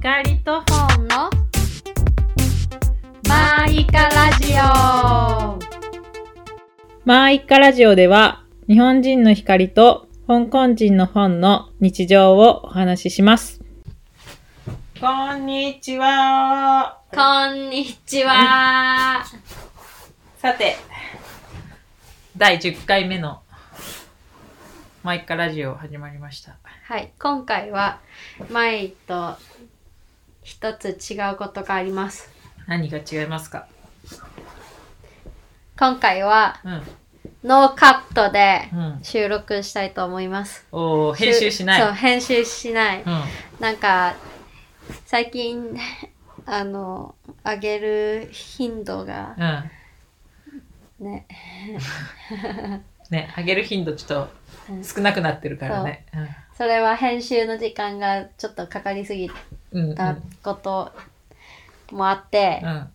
光と本のマイカラジオマーイカラジオでは日本人の光と香港人の本の日常をお話しします。こんにちは。こんにちは。さて、第10回目のマイカラジオ始まりました。はい、今回は前と一つ違うことがあります。何が違いますか今回はうん。ノーカットでうん。収録したいと思います。おー編集しない。そう、編集しない。うん。なんか、最近、 あの、上げる頻度がうん。ね、ね、上げる頻度ちょっうんと少なくなってるからね。それは編集の時間がちょっとかかりすぎうん。うん。たこともあって、うん。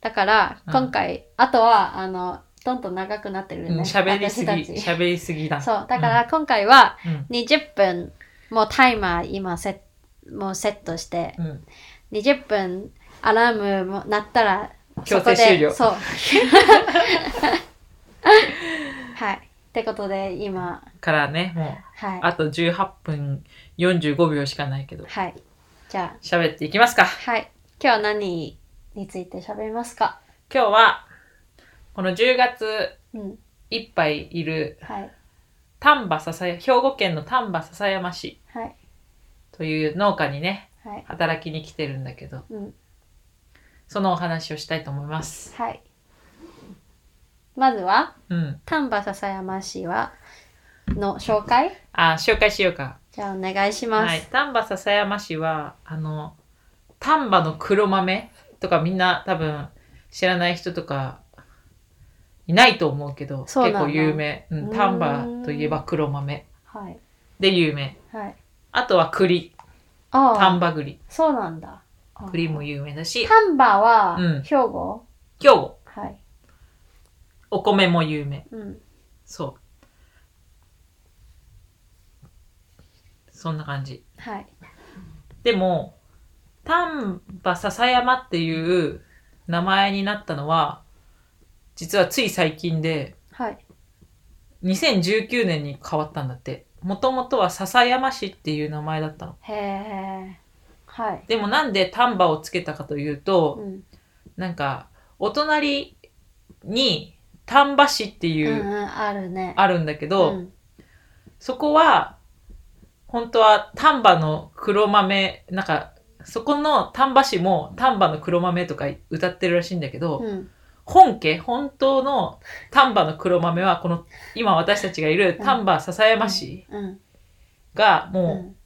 だから、うん今回、あとは、あの、どんどん長くなってるようんね。喋りすぎ、私たち喋りすぎだ。そう、だから今回はうん。 20分、もうタイマー今セッもうセットして、うん。 20分アラームも鳴ったら、強制終了そ こでそう。はい。ってことで、今、からね、もはう、い。あと18分45秒しかないけど、はい。じゃ喋っていきますかあ、。はい。今日は何について喋りますか今日は、この10月うん。いっぱいいるはい。丹丹波篠山、兵庫県の丹波篠山市はい。という農家にね、はい。働きに来てるんだけど、うん。そのお話をしたいと思います。はい。まずは、うん。丹波篠山市はの紹介あ、紹介しようか。じゃあお願いします。はい、丹波篠山市はあの丹波の黒豆とかみんな多分知らない人とかいないと思うけど結そうなんだ構有名、う、うんーん丹波といえば黒豆はい。で有名はい。あとは栗ああ、丹波栗そうなんだ。あ栗も有名だし丹波はうん兵庫、今日はい。お米も有名うん。そうそんな感じはい。でも丹波篠山っていう名前になったのは実はつい最近ではい。 2019年に変わったんだってもともとは篠山市っていう名前だったのへえ。はい。でもなんで丹波をつけたかというとうん。なんかお隣に丹波市ってういんう、うん、あるね。あるんだけど、うんそこは本当は丹波の黒豆なんかそこの丹波市も丹波の黒豆とか歌ってるらしいんだけど、うん。本家本当の丹波の黒豆はこの今私たちがいる丹波篠山市うん。がもう、うん。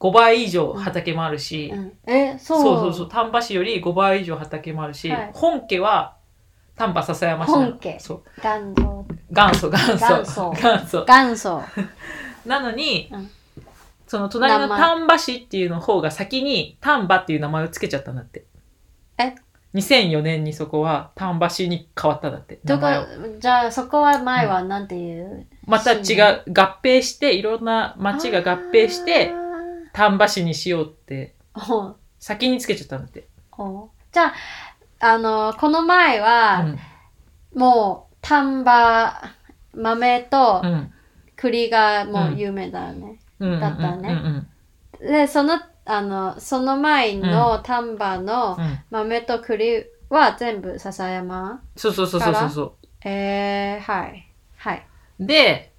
5倍以上畑もあるし、うん。え、そう。そうそうそう丹波市より5倍以上畑もあるし、はい本家は丹波篠山市なの本家そう元祖。元祖元祖元祖 元祖元祖。なのに、うんその隣の名前丹波市っていうの方が先に丹波っていう名前をつけちゃったんだってえ2004年にそこは丹波市に変わったんだって 名どこ前を、じゃあそこは前はなんていうまた違う合併していろんな町が合併して。丹波市にしようってあーおう先につけちゃったんだって、おうじゃあ、あの、この前は、うんもう丹波豆とうん栗がもう有名だよね。うん、だったねうんうんうんで、その、あの、その前の丹波うのん豆と栗は全部笹山。そうそうそうそうそうそえー、はい。はい。う。で、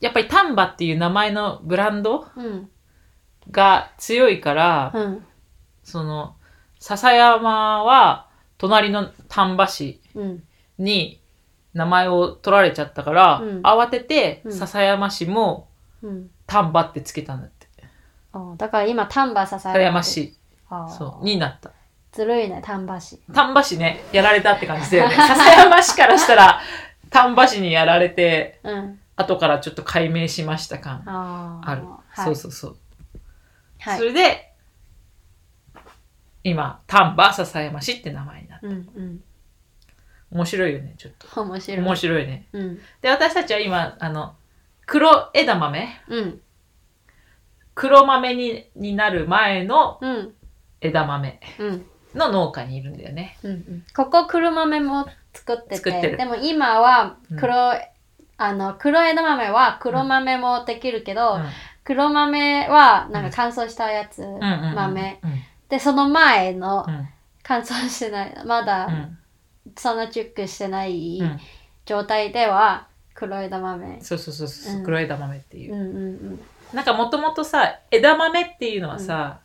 やっぱり丹波っていう名前のブランドうん。が強いから、うん。その、笹山は隣の丹波市うん。に名前を取られちゃったから、うん慌ててうん笹山市もうん。丹波ってつけたんだって。おだから今丹波笹山。笹山。市あそそうになった。ずるいね、丹波市。丹波市ね、やられたって感じだ よね。笹山市からしたら丹波市にやられて、うん。後からちょっと解明しました感あーある。はい、そうそうそう。はい。それで、今、丹波篠山市って名前になった。うんうん。面白いよね、ちょっと。面白い。面白いね。うん。で、私たちは今、あの、黒枝豆うん。黒豆にになる前のうん。枝豆うん。の農家にいるんだよね。うん。ここ黒豆も作ってて、作ってるでも今はうん黒、あの、黒枝豆は黒豆もできるけど、うん黒豆はなんか乾燥したやつ、うんうんうん豆。うんで、その前のうん乾燥してない、まうだんそんなチュックしてないうん状態では黒枝豆。そうそうそうそう、うん黒枝豆っていううんうんなんかもともとさ枝豆っていうのはさ、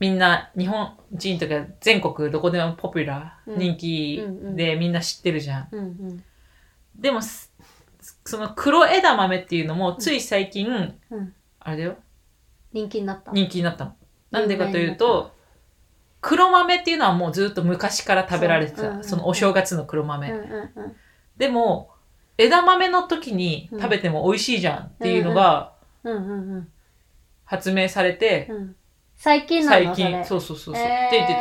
みんな日本人とか全国どこでもポピュラー、うん人気でみんな知ってるじゃん。うん。うんでもすその黒枝豆っていうのもつい最近、うん。うん。あれだよ人気になった。人気になったの。なんでかというと黒豆っていうのはもうずっと昔から食べられてたそうそ,、うんうんのお正月の黒う豆。んうんうん。でも枝豆の時に食べても美味しいじゃんっていうのがうんうんうん。発明されて、うん最近なの最近それそうそうそうそう、えーって言って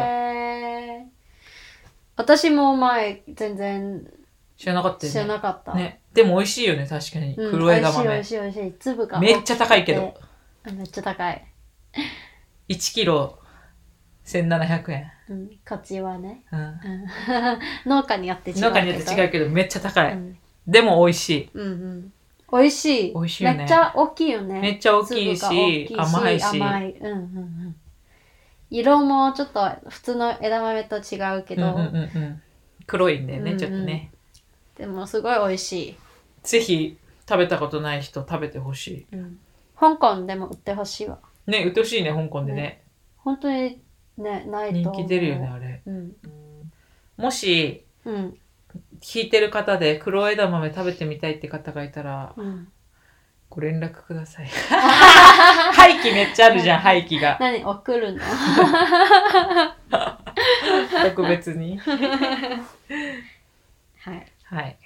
た私も前全然知らなかったよ知ねらなかった、ねでも美味しいよね確かに、うん、黒枝豆美味しい美味しい美味しい粒がめっちゃ高いけど大きくてめっちゃ高い、 1キロ1700円、うん、こっちはね、うん、うん 農家によって違うけど中によって違うけどめっちゃ高い、うんでも美味しいうんうん美味しい美味しいよねめっちゃ大きいよねめっちちゃ大きいし甘いし甘い、うんうんうん、色もちょっと普通の枝豆と違うけうんど、うんうんうん黒いんだよね、うんうんちょっとねでもすごい美味しい、ぜひ食べたことない人食べてほしうん、香港でも売ってほしいわいねうっとうしいね香港でね本当にねないと人思う気出るよねあれうんもしうん聞いてる方で黒枝豆食べてみたいって方がいたらうんご連絡くださ い。 廃棄めっちゃあるじゃん、廃棄が。何送 るの特別に。はいはい。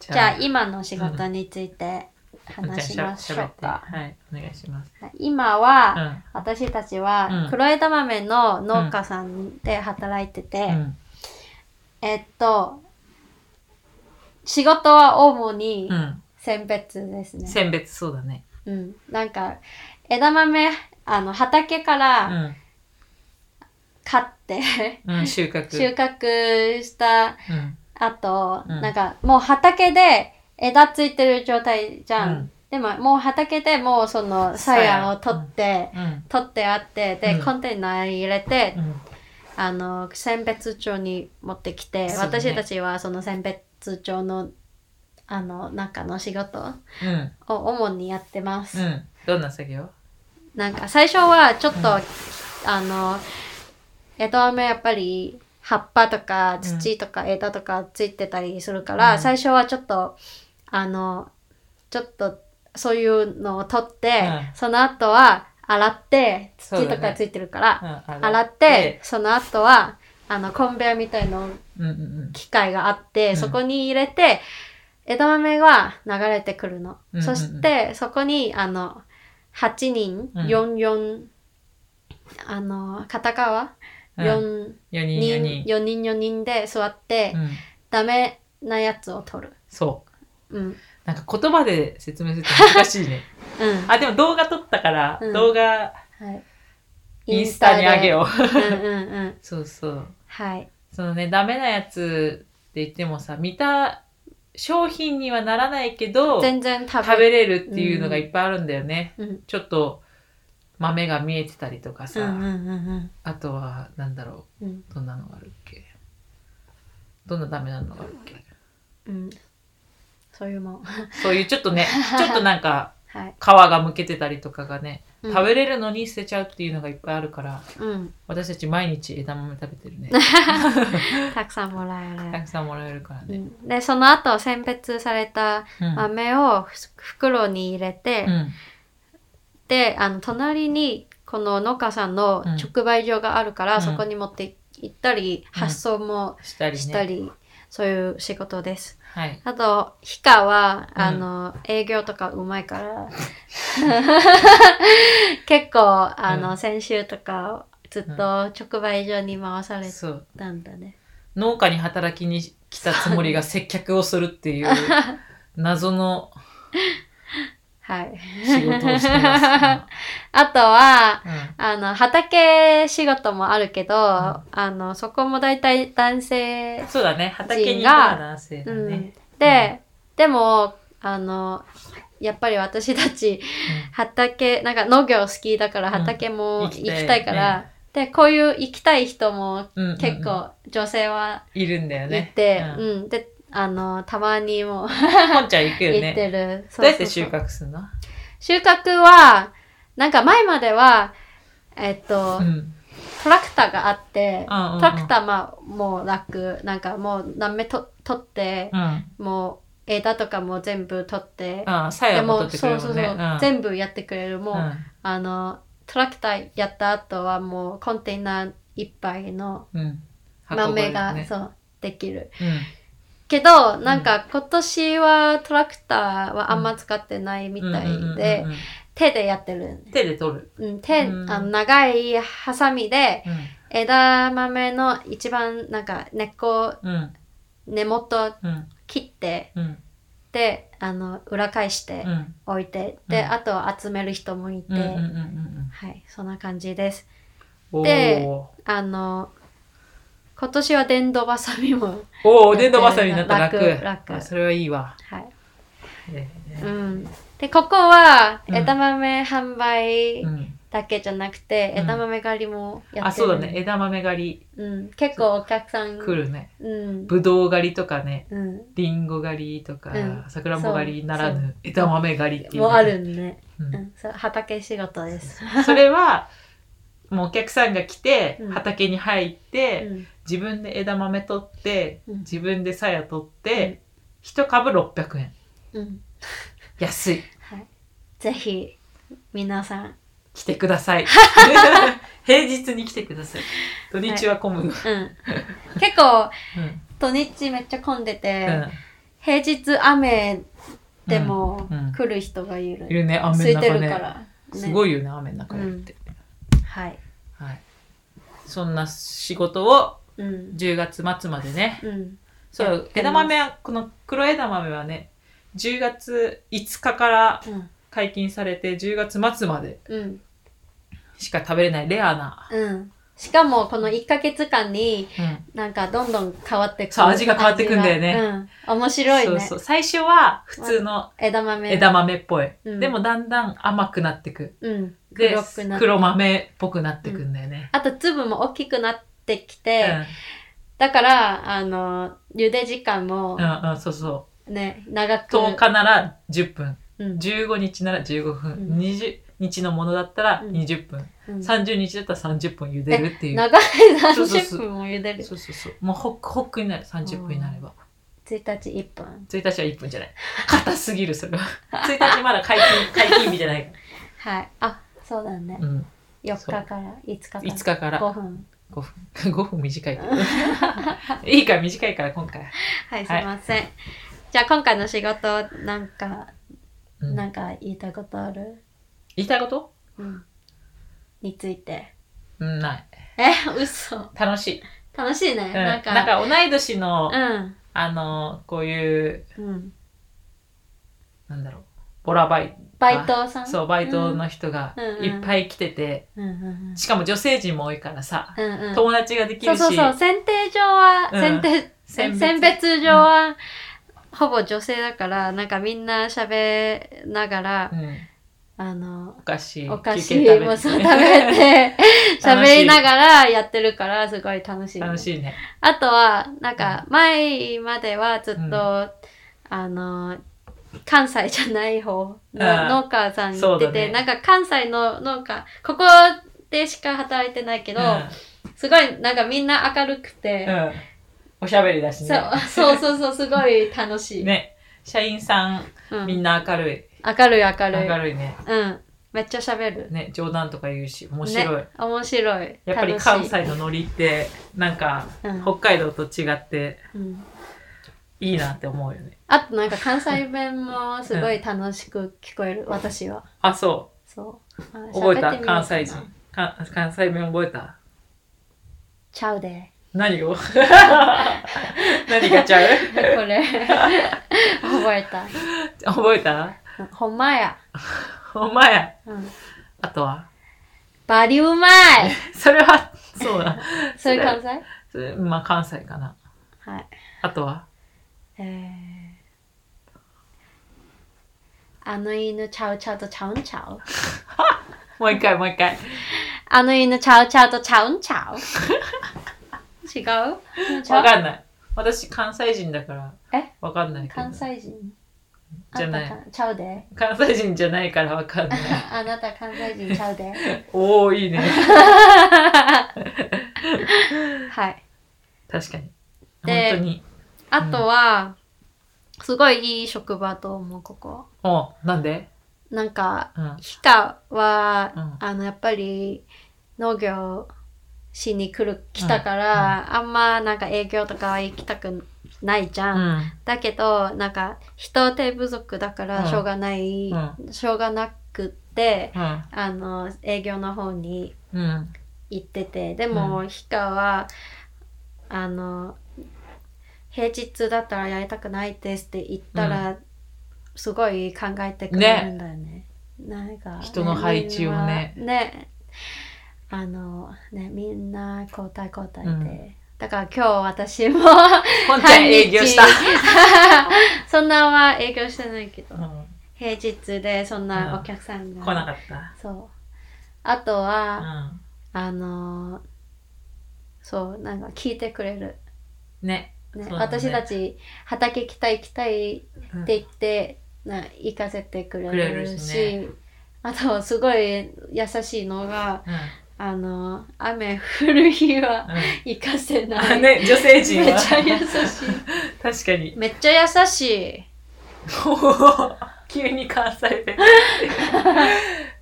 じじゃあ今の仕事について話しましょうじゃあ喋っか、てはい、お願いします。今は、うん私たちうはん黒枝豆の農家さんで働いてて、うん。えっと仕事は主にうん。選別ですね、選別そうだね。うんなんか枝豆あの畑から買って、 うん。 うん、収穫。収穫したうん。あと、うんなんかもう畑で枝ついてる状態じゃん。うんでももう畑でもうその鞘鞘を取って、うん。取ってあって、で、うんコンテナに入れて、うん。あの、選別帳に持ってきて、そうだね私たちはその選別帳の、あの、中の仕事うん。を主にやってます。うん。どんな作業なんか最初はちょっと、うんあの、枝豆やっぱり葉っぱとか土とか枝とかついてたりするから、うん最初はちょっと、あの、ちょっとそういうのを取って、うんその後は洗って、そうだ土ねとかついてるから、うん。洗って、、その後は、あの、コンベアみたいなうんうん機械があって、うんそこに入れて、枝豆が流れてくるの。うんうんうんそして、そこに、あの、8人、うん44、あの、片側、うん。うん。 4 4人4人。人、4人、4人で座って、うん。ダメなやつを取る。そう。うん。うん。なんか言葉で説明すると難しい ね。あ、でも動画撮ったから、うん動画、はい。インスタにあげう。よう。 うんうんうん。そうそう。はい。そのね、ダメなやつって言ってもさ、見た商品にはならないけど、食全然食べべれるっていうのがいっぱいあるんだよね。うんちょっと豆が見えてたりとかうさ、んうんうんあとは、なんだろうん。う、どんなのがあるっけどんなダメなのがあるっけうん。そういうもん。そういうちょっとね、 ちょっとなんかはい。皮がむけてたりとかがね、うん食べれるのに捨てちゃうっていうのがいっぱいあるから、うん。私たち毎日枝豆食べてる ね。たくさんもらえたる。くさんもらえるからうね。んで、その後、選別されたうん。豆をふ袋に入れて、うんで、あの、隣に、この農家さんのうん直売所があるから、うんそこに持って行ったり、うん発送もしたりね。したり、そういう仕事です。はい。あと、ヒカは、うんあの、営業とかうま いから、結構、あの、うん先週とか、ずっと直売所に回されそう。たんだね。農家に働きに 来たつもりが接客をするっていう謎のはい。仕事をしてまあとは、す。うんうんあの、畑仕事もあるけど、あんの、そこも大体男性そうだね、畑にいたら男性だうねん。、で、でもあのやっぱり私たち畑なんか農業好きだからうん畑も行行ききたいたいから、でこういう行きたい人もうんうんうん結構女性はいるんだよね。いて、ううんん。であのたまにもポンちゃん行くよ行っね。てる、どそううやそってうそ収う穫するの収穫はなんか前まではえっと、うん。トラクターがあって、うんうんうんトラクターまあもう楽なんかもう何目と取って、うん。もう枝とかも全部取って、ああ、さやもも取ってくれるもんね。ん全部やってくれるもう、うんあのトラクターやった後はもうコンテナいっぱいのうん。運ばれ豆るが、ねそうできるうん。けどなんか今年はトラクターはあんま使ってないみたうんうんうんいうんでうん手でやってる、手で取る。うん、手あうんの長いハサミでう枝豆の一番なんか根っこん。うん。根元うん。切ってうん。であの裏返して、うん。置いてで、うんあとは集める人もいて、うん。うん。うんうんはいそんな感じですうん。でおーあの今年は電動バサミも おお、電動バサミになったら楽。楽楽あそれはいいわ。はい、えうえん、でここはうん枝豆販売うんだけじゃなくて、うん枝豆狩りもやってるあ、そうだね。、枝豆狩うん、結構お客さんり来るね。うんぶどう狩りとかね。うんりんご狩りとか、うんさくらんぼ狩りならぬ枝豆狩りっていうのもうがあるね、うんうん、そう畑仕事です、 それはもうお客さんが来てうん畑に入って、うん、自分で枝豆取って、うん自分でさや取って、うん一株600円うん、安いはいぜひ皆さん来てくださ い平日に来てください土日は混む、 うん、結構うん土日めっちゃ混んでて、うん平日雨でもうんうん来る人がいる、いるね雨空いのて中るねから、ね、すごいよね雨の中やって、はいはい、そんな仕事をうん10月末までねうんそやうっ、て枝ます豆は、この黒枝豆はね、10月5日からうん解禁されて、10月末までうん、しか食べれないレアな。うん、しかもこの1ヶ月間にうん。なんかどんどん変わってくそう味が変わってくんだよね味がうん、面白いねそうそう。最初は普通の枝豆枝豆っぽい。うんでもだんだん甘くなってく。うん、で黒くな、って黒豆っぽくなってくんだよね。あと粒も大きくなってきうて、ん。だからあの茹で時間もうん、うん、そうそね、長う。く10日なら10分。うん15日なら15分。うん20日のものだったらうん20分。うん30日だったら30分茹でるっていう。長いそうそうそ30う分も茹でるそうそうそう。もうホックホックになる。30分になれば。 1日1分1日は1分じゃない。硬すぎる、それは。1日まだ解禁、解禁日じゃないかはいあそうだねら。うん。 4日から5日から5日から5分5分。5分短いけど。いいから 短いから、今回。はいすいません、じゃあ今回の仕事なんか、うんなんか言いたいことある、言いたいことうん、についてうん、ない。え嘘楽しい。楽しいね、うん。ななんんかか、同い年の、うんあの、こういう、うんなんだろう。ボラバイ、バイトさんそう、バイトの人がうんいっぱい来てて、うんうんうんしかも女性陣も多いからさ、うんうん友達ができそうるし、そうそう選定上は、うん選定選別選別上は、ほぼ女性だからなんかみんな喋ながら、うん、あのお菓子、お菓子休憩食べてもそう食べて楽しい喋りながらやってるからすごい楽しい ね、楽しいね。あとはなんか前まではずっと、うんあの関西じゃない方ああの農家さんに行ってそうだて、ねなんか関西の農家ここでしか働いてないけど、うんすごいなんかみんな明るくて、うん。おしゃべりだしそね。うそうそうそうすごい楽しい、ね。社員さん、うん、みんな明るい。明るい明るい明るいね。うんめっちゃ喋るね、冗談とか言うし、面白い。ね、面白いやっぱり楽しい関西のノリって、なんか、うん北海道と違って、うんいいなって思うよね。あとなんか関西弁もすごい楽しく聞こえる、私は。あ、そそう。う。あ覚え喋ったてみようかな関西人。か関西弁覚えたちゃうで。何 を何がちゃう これ。覚えた。覚えたほんまや。 お前、うんあとはバリ うまいそれは、そうだ。 そういう関西それまあ関西かな。はい。あとはえーあの犬ちゃうちゃうとちゃうんちゃうもう一回もう一回。あの犬ちゃうちゃうとちゃうんちゃう 違うちゃわうかんない。私、関西人だから。えわかんないけど。関西人じゃないあんたかちゃ うで関西人じゃないからわ かんない。あなた関西人ちゃうでおー、いいね。 はい確かに。で本当に。あとは、すごいいい職場と思うここおなんでなんかうん。ヒカは、うんあのやっぱり農業しに来る来たから、あんまなんか営業とかは行きたくないじゃ、うんん。だけどなんか人手不足だかうんらしょうがない、うしょうがなくってうん。あの営業の方にうん。行っててでも、ヒカはあの平日だったらやりたくないですって言ったら、すごい考えてくれるんだよね。なんか人の配置をねみんなねあのねみんな交代交代で、うんだから今日 私も本ちゃん営業した。 そんなは営業してないけどうん平日でそんなお客さん来が、なかった。そうあとは、うん。あのーそうなんか聞いてくれる、ね。そねうだね私たち畑行きたい行きたいってうん言って、な行かせてくれくれるるししねあとすごい優しいのがうんあのー雨降る日はう。行かせなんい、ね、女性陣めっは。ちゃ優し 確か にい。めっちゃ優しいおー 急に関西弁。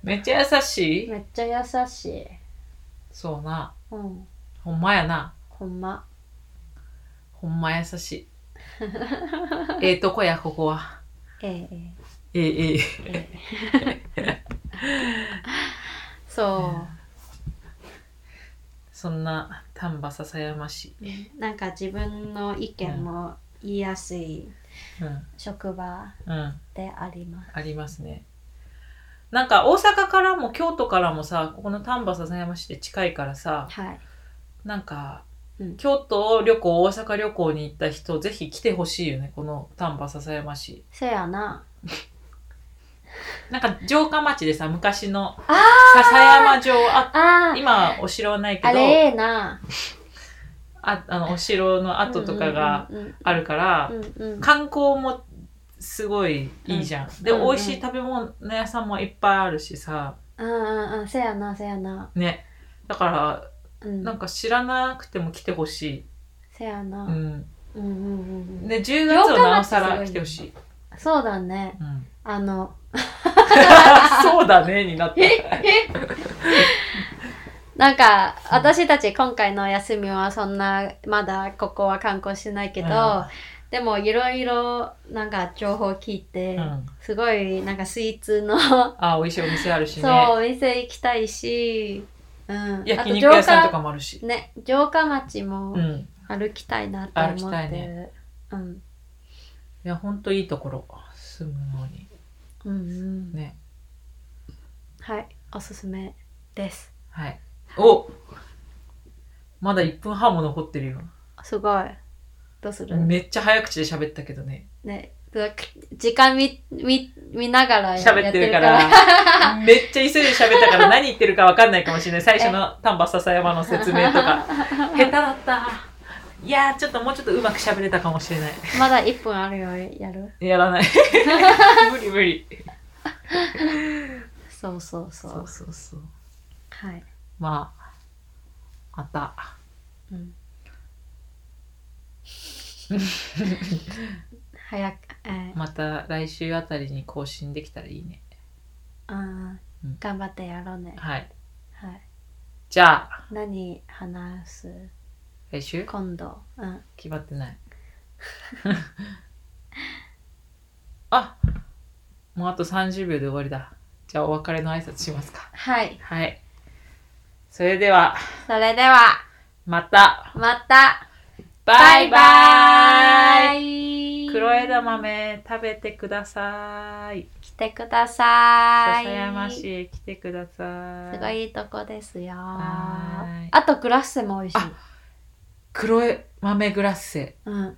めっちゃ優しいめっちゃ優しいそうな。うんほんまやな。ほんまほんま優しい。ええとこや、ここは。ええええええ。 そう、そんな丹波篠山市。なんか自分の意見も言いやすいうん。職場うん。であります。ありますね。なんか大阪からも京都からもさ、ここの丹波篠山市って近いからさ、はい。なんか、うん京都旅行、大阪旅行に行った人、ぜひ来てほしいよね、この丹波篠山市。せやな。なんか城下町でさ昔の笹山城あああ、今お城はないけあどれええな。ああのお城の跡とかがうんうんあるから、うんうん。うんうん。観光もすごいいいじゃん、でうんうん美味しい食べ物屋さんもいっぱいあるしさうんうんうん。せやな、せやな。ねだからうん。なんか知らなくても来てほしせやい、な。ううんん、うんうんうん。で10月はなおさら来てほしい、そうだね。うん あの、そうだねになったなんか、私たち今回の休みはそんな、まだここは観光してないけど、うんでもいろいろなんか情報聞いて、うんすごいなんかスイーツのあ美味しいお店あるしそう、ねお店行きたいし、うん。焼肉屋さんとかも。もあるしね、城下町もうん歩きたいなって歩思ってる。きたいねうん。いや、ほんといいところ。住むのに。うんうん。ね。はい、おすすめです。はい。おまだ1分半も残ってるよ。すごい。どうする、めっちゃ早口で喋ったけどね。ね、時間見、見、見ながら喋ってるかやらってるか。めっちゃ急いで喋ったから何言ってるかわかんないかもしれない。最初の丹波篠山の説明と か。下手だった。いやー、ちょっともうちょっとうまく喋れたかもしれない。らまだ1分あるよ、やる。やら ない。無理無理。そうそうそう。そうそうそう。はい。まあ、また。 うん。早く、えーまた来週あたりに更新できたらいいね。あーうん頑張ってやろうね。はい。はい。じゃあ、何話す来週今度。うん。決まってない あもうあと30秒で終わりだじゃあお別れの挨拶しますかはい。はいそれではそれでは、またまた、バイバイイ黒白枝豆食べてください。来てください。篠山市へ来てください。すごいいいとこですよ。はーいあとグラッセも美味しい。あ黒い豆グラッセ。うん、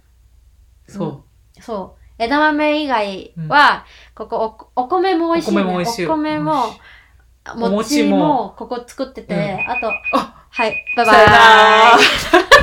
そう。そう。枝豆以外は、ここおお米も美味しい、ね。お米も美味しいお米も美味しいもお餅餅ももここ作ってて、あと、あはい、バイバさよなイら。